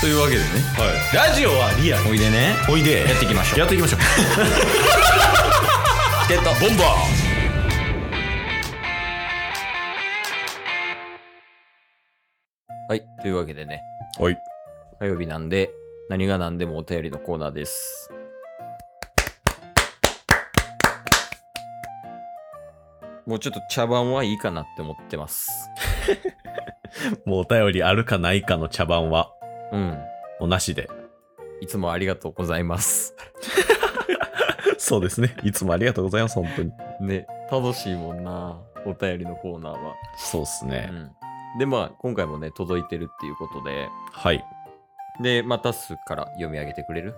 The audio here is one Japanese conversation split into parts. というわけでねラジオはリアルおいでねおいでやっていきましょうやってい きましょうチケットボンバーはいというわけでねはい火曜日なんで何が何でもお便りのコーナーですもうちょっと茶番はいいかなって思ってますもうお便りあるかないかの茶番はうんもうなしでいつもありがとうございますそうですねいつもありがとうございます本当にね楽しいもんなお便りのコーナーは、そうっすね、うん、でまあ今回もね届いてるっていうことではいでまあタスから読み上げてくれる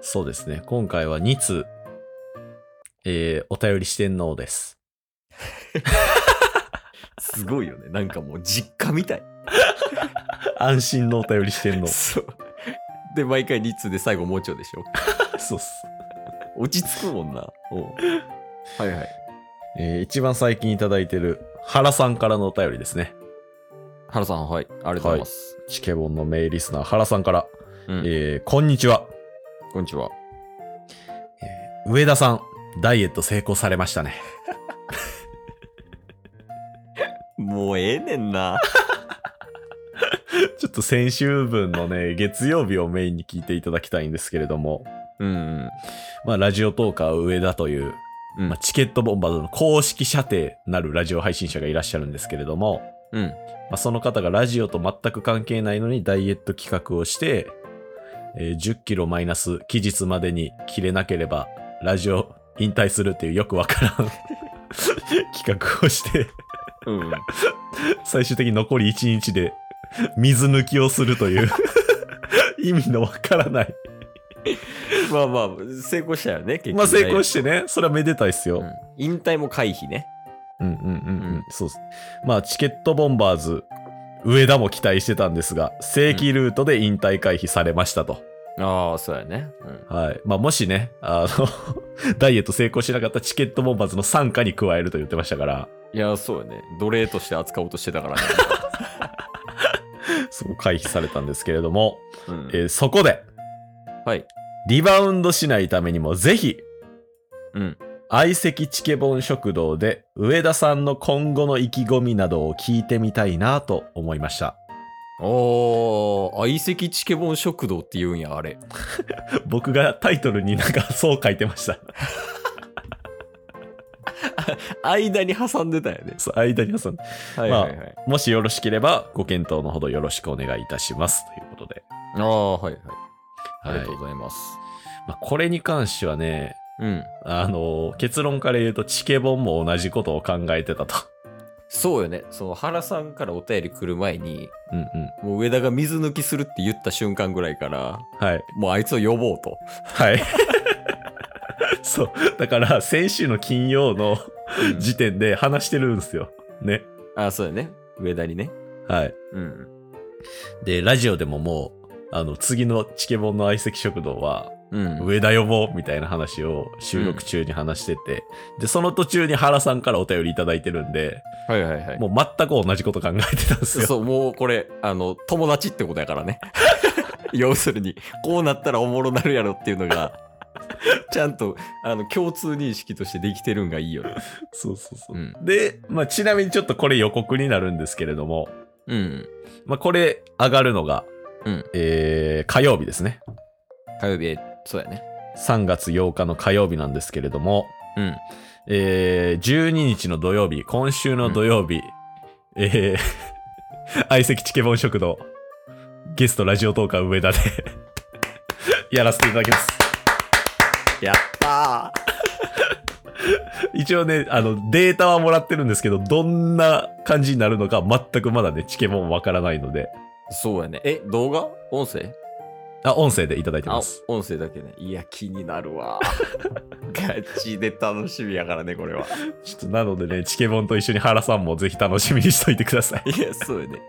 そうですね今回は2通えー、お便りしてんのですすごい よねなんかもう実家みたい安心のお便りしてん のそうで毎回2通で最後盲腸でしょそうっす落ち着くもんなはいはいえー、一番最近いただいてる原さんからのお便りですね原さんはいありがとうございます、チケボンの名リスナー原さんから、うんえー、こんにちは、こんにちはえー上田さんダイエット成功されましたねもうええねんな ちょっと先週分のね、月曜日をメインに聞いていただきたいんですけれども、うんまあ、ラジオトーカー上田という、うんまあ、チケットボンバーズの公式射程なるラジオ配信者がいらっしゃるんですけれども、うんまあ、その方がラジオと全く関係ないのにダイエット企画をして、えー10キロマイナス期日までに切れなければ、ラジオ引退するっていうよくわからん 企画をして、うん最終的に残り1日で水抜きをすると いう意味のわからないまあまあ成功したよね結局まあ成功してね、それはめでたいっすよ。うん引退も回避ねうん、うん、うんうんうんそうっす。まあチケットボンバーズ、上田も期待してたんですが、正規ルートで引退回避されましたと。ああそうやねうんはい。まあもしね、あの、 ダイエット成功しなかったチケットボンバーズの参加に加えると言ってましたから、いやそうやね奴隷として扱おうとしてた からね、そこ回避されたんですけれども、うんえーそこで、はいリバウンドしないためにもぜひ、うん相席チケボン食堂で上田さんの今後の意気込みなどを聞いてみたいなと思いました。おー相席チケボン食堂って言うんやあれ僕がタイトルになんかそう書いてました。間に挟んでたよねそう間に挟んではいはいはい、もしよろしければご検討のほどよろしくお願いいたします。ということで。ああはいはいありがとうはいございます、まあ、これに関してはね、うんあのー結論から言うとチケボンも同じことを考えてたと。そうよねその原さんからお便り来る前にうんうん。もう上田が水抜きするって言った瞬間ぐらいからはい。もうあいつを呼ぼうとはい。 そう。だから、先週の金曜のうん時点で話してるんですよ。ね。ああそうやね上田にねはい。うんで、ラジオでももう、あの、次のチケボンの相席食堂は、うん上田呼ぼうみたいな話を収録中に話してて、で、その途中に原さんからお便りいただいてるんで、はいはいはいもう全く同じこと考えてたんですよ。そう、もうこれ、あの、友達ってことやから ね。要するに、こうなったらおもろなるやろっていうのが、ちゃんと、あの、共通認識としてできてるんがいいよね。そうそうそう。うん。で、まあ、ちなみにちょっとこれ予告になるんですけれども、うん。まあ、これ上がるのが、うんえー火曜日ですね。火曜日、そうやね。 3月8日の火曜日なんですけれども、うん。えー12日の土曜日、今週の土曜日、えー 相席チケボン食堂、ゲストラジオトーカー上田で、 やらせていただきます。やった一応ね、あの、データはもらってるんですけど、どんな感じになるのか全くまだね、チケボンわからないので、そうやね。え、動画音声あ、音声でいただいてあます。、音声だけね。いや、気になる わ。ガチで楽しみやからね、これは。ちょっとなのでね、チケボンと一緒に原さんもぜひ楽しみにしといてください。いや、そうやね。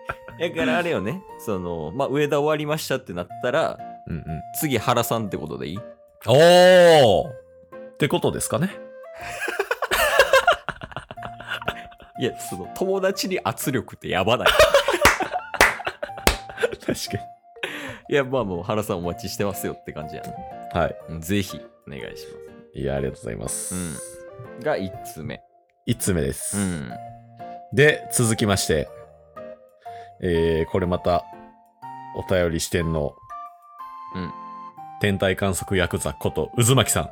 だからあれよね、その、まあ、上田終わりましたってなったら、うんうん。次原さんってことでいいおーってことですかね。いや、その 友達に圧力ってやばない。確かに。いや、まあもう原さんお待ちしてますよって感じやな。はい。うんぜひお願いしいや、ありがとうございます。ます。が1つ目。 1つ目です。うん。で、続きまして、えー、これまた、お便り視点の、うん天体観測ヤクザこと、渦巻さん。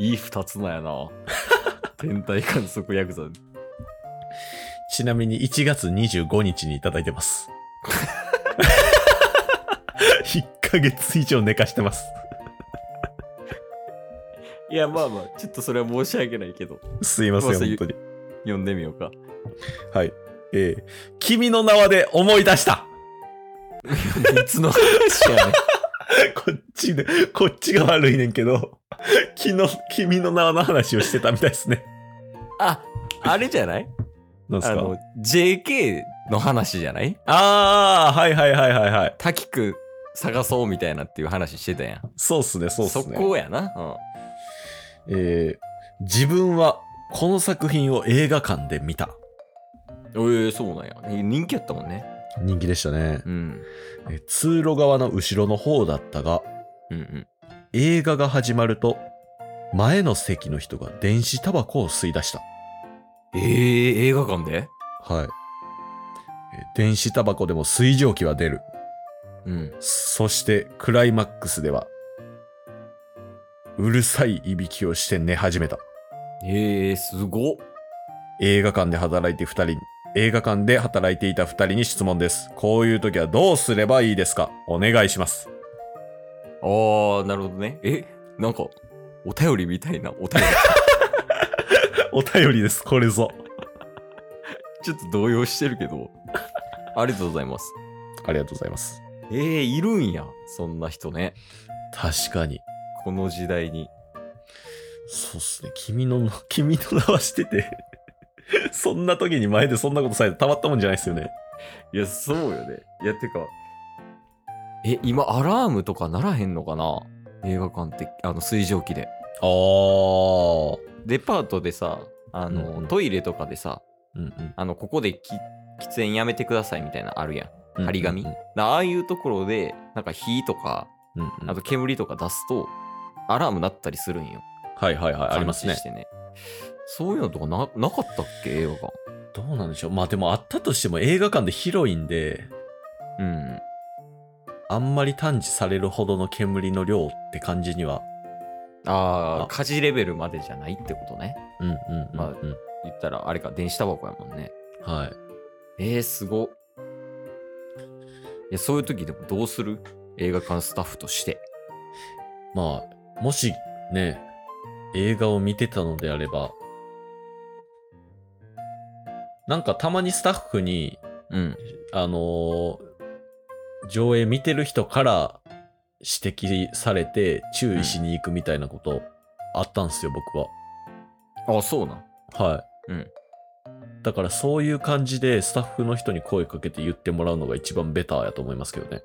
いい2つなんや な。天体観測ヤクザ。ちなみに1月25日にいただい てます。1ヶ月以上寝かしてます。いや、まあまあ、ちょっとそれは申し訳ないけど、すいません、まあ本当に。読んでみようか。はい。えー、君の名はで思い出したいつの話やねん。こっちで、こっちが悪いねんけど、昨日、君の名はの話をしてたみたいですね。あ、あれじゃないなんですあかの、JK の話じゃないあー、はいはいはいはいはい。滝く探そうみたいなっていう話してたやん。そうっすね、そうっすそね。こやな。うん。えー、自分はこの作品を映画館で見た。ええそうなんや。人気やったもんね。人気でしたね。うん。えー通路側の後ろの方だったが、うんうん。映画が始まると、前の席の人が電子タバコを吸い出した。ええ映画館ではい。えー電子タバコでも水蒸気は出る。うん。そしてクライマックスでは、うるさいいびきをして寝始めた。ええすごっ。映画館で働いて二人、映画館で働いていた二人に質問です。こういう時はどうすればいいですかお願いします。 ああ、なるほどね。え、なんか、お便りみたいなお便り。 お便りです、これぞ。ちょっと動揺してるけど。ありがとうございます。ありがとうございます。ええいるんや。そんな人ね。確かに。この時代に。そうっすね。君の 名、君の名はしてて。 そんな時に前でそんなことされてたまったもんじゃないですよね。いや、そうよね。いや、てか、え、今、アラームとかならへんのかな映画館って、あの、水蒸気で。ああ。デパートでさ、あの、うんうんトイレとかでさ、うんあの、ここでき喫煙やめてくださいみたいなのあるやん。うん。張り紙うんなああいうところで、なんか火とか、うんうん。あと煙とか出すと、アラーム鳴ったりするんよ。はいはいはい、あります感ね知し。てね。そういうのとかななかったっけ映画館。どうなんでしょう。まあでもあったとしても映画館で広いんで、うん。あんまり探知されるほどの煙の量って感じには。あああ、火事レベルまでじゃないってことね。うんうんうん、うんま言ったら、あれか、電子タバコやもんね。はい。えー、すごっ。いや、そういう時でもどうする映画館スタッフとして。まあ、もしね、映画を見てたのであれば、なんかたまにスタッフに、うん。あのー上映見てる人から指摘されて注意しに行くみたいなことあったんですよ、僕は。あ、そうなん。はい。うんだからそういう感じでスタッフの人に声かけて言ってもらうのが一番ベターやと思いますけどね。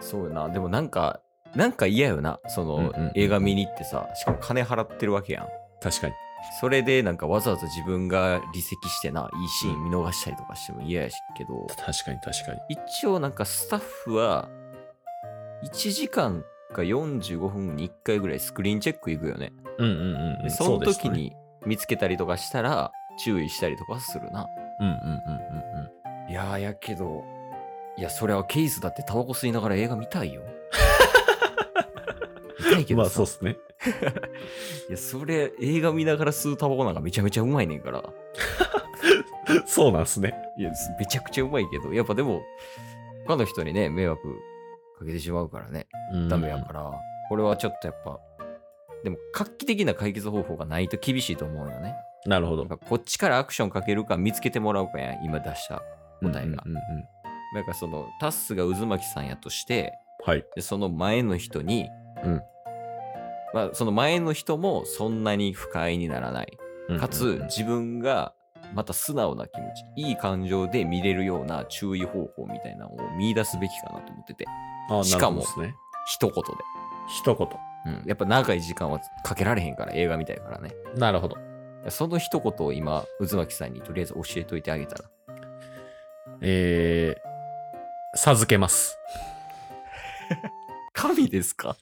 そうよな。でもなんか、なんか嫌よな。その、うんうんうん映画見に行ってさ、しかも金払ってるわけやん。確かに。それでなんかわざわざ自分が離席してな、いいシーン見逃したりとかしても嫌やしけど、確かに確かに。一応なんかスタッフは、1時間か45分に1回ぐらいスクリーンチェック行くよね。うんうんうんうでん。そのうでした時ね。に見つけたりとかしたら、注意したりとかするな。うんうんうんうんうん。いやー、やけど、いや、それはケースだってタバコ吸いながら映画見 たいよ。見たいけどまさあそうっすね。 いや、それ映画見ながら吸うタバコなんかめちゃめちゃうまいねんから。そうなんすね。。いや、めちゃくちゃうまいけど、やっぱでも、他の人にね、迷惑かけてしまうからね、ダメやからら、これはちょっとやっぱ、でも画期的な解決方法がないと厳しいと思うよね。なるほなどん。かこっちからアクションかけるか見つけてもらうかやん、今出した。うん答えがうんうんうんなんかその、タッスが渦巻さんやとして、はい。でその前の人に、うんまあ、その前の人もそんなに不快にならないうんうんうんかつ自分がまた素直な気持ちいい感情で見れるような注意方法みたいなのを見出すべきかなと思っててあしかもなるほどっすね一言で、一言。うん、やっぱ長い時間はかけられへんから映画みたいからねなるほど。その一言を今渦巻さんにとりあえず教えといてあげたらえ授け ます。神です か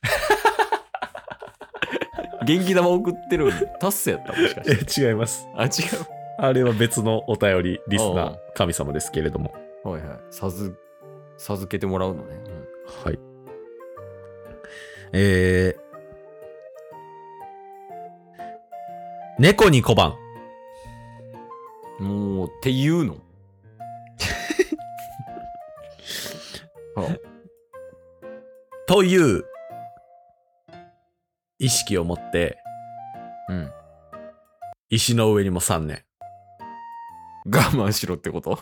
元気玉送ってるタッスやったもしかして。え、違います。あ、違あれは別のお便り、リスナおうー、神様ですけれども。う。はいはい。授、授けてもらうのね。うんはい。えー、猫に小判。もう、っていうのはという意識を持ってあうん。石の上にも3年我慢しろってこと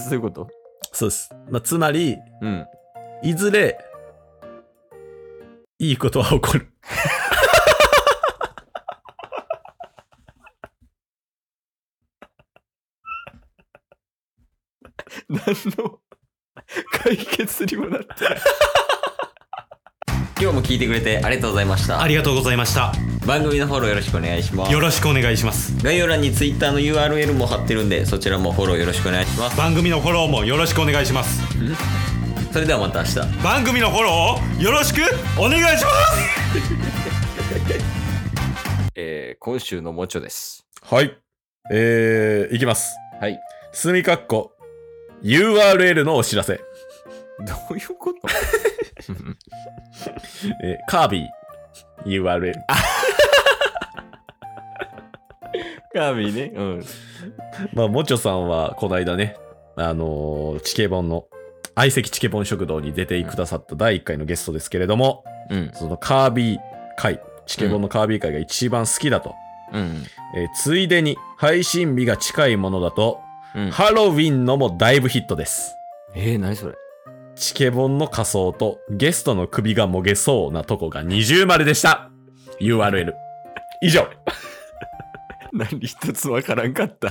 そういうことそうです、まあ、つまりうん。いずれいいことは起こる何の解決にもなってない。今日も聞いてくれてありがとうございました。ありがとうございました。番組のフォローよろしくお願いしますよろしくお願いします。概要欄に Twitter の URL も貼ってるんでそちらもフォローよろしくお願いします番組のフォローもよろしくお願いします。それではまた明日番組のフォローをよろしくお願いします えー、今週のモチョですはいえー、いきますはい隅かっこ URL のお知らせ、どういうことえーカービィ URL カービィねうんまあもちょさんはこの間ねあのーチケボンの相席チケボン食堂に出てくださった第1回のゲストですけれどもうんそのカービィ会チケボンのカービィ会が一番好きだと、うんえーついでに配信日が近いものだと、うんハロウィンのもだいぶヒットです。えー、何それチケボンの仮装とゲストの首がもげそうなとこが二重丸でした。URL。以上。何一つわからんかった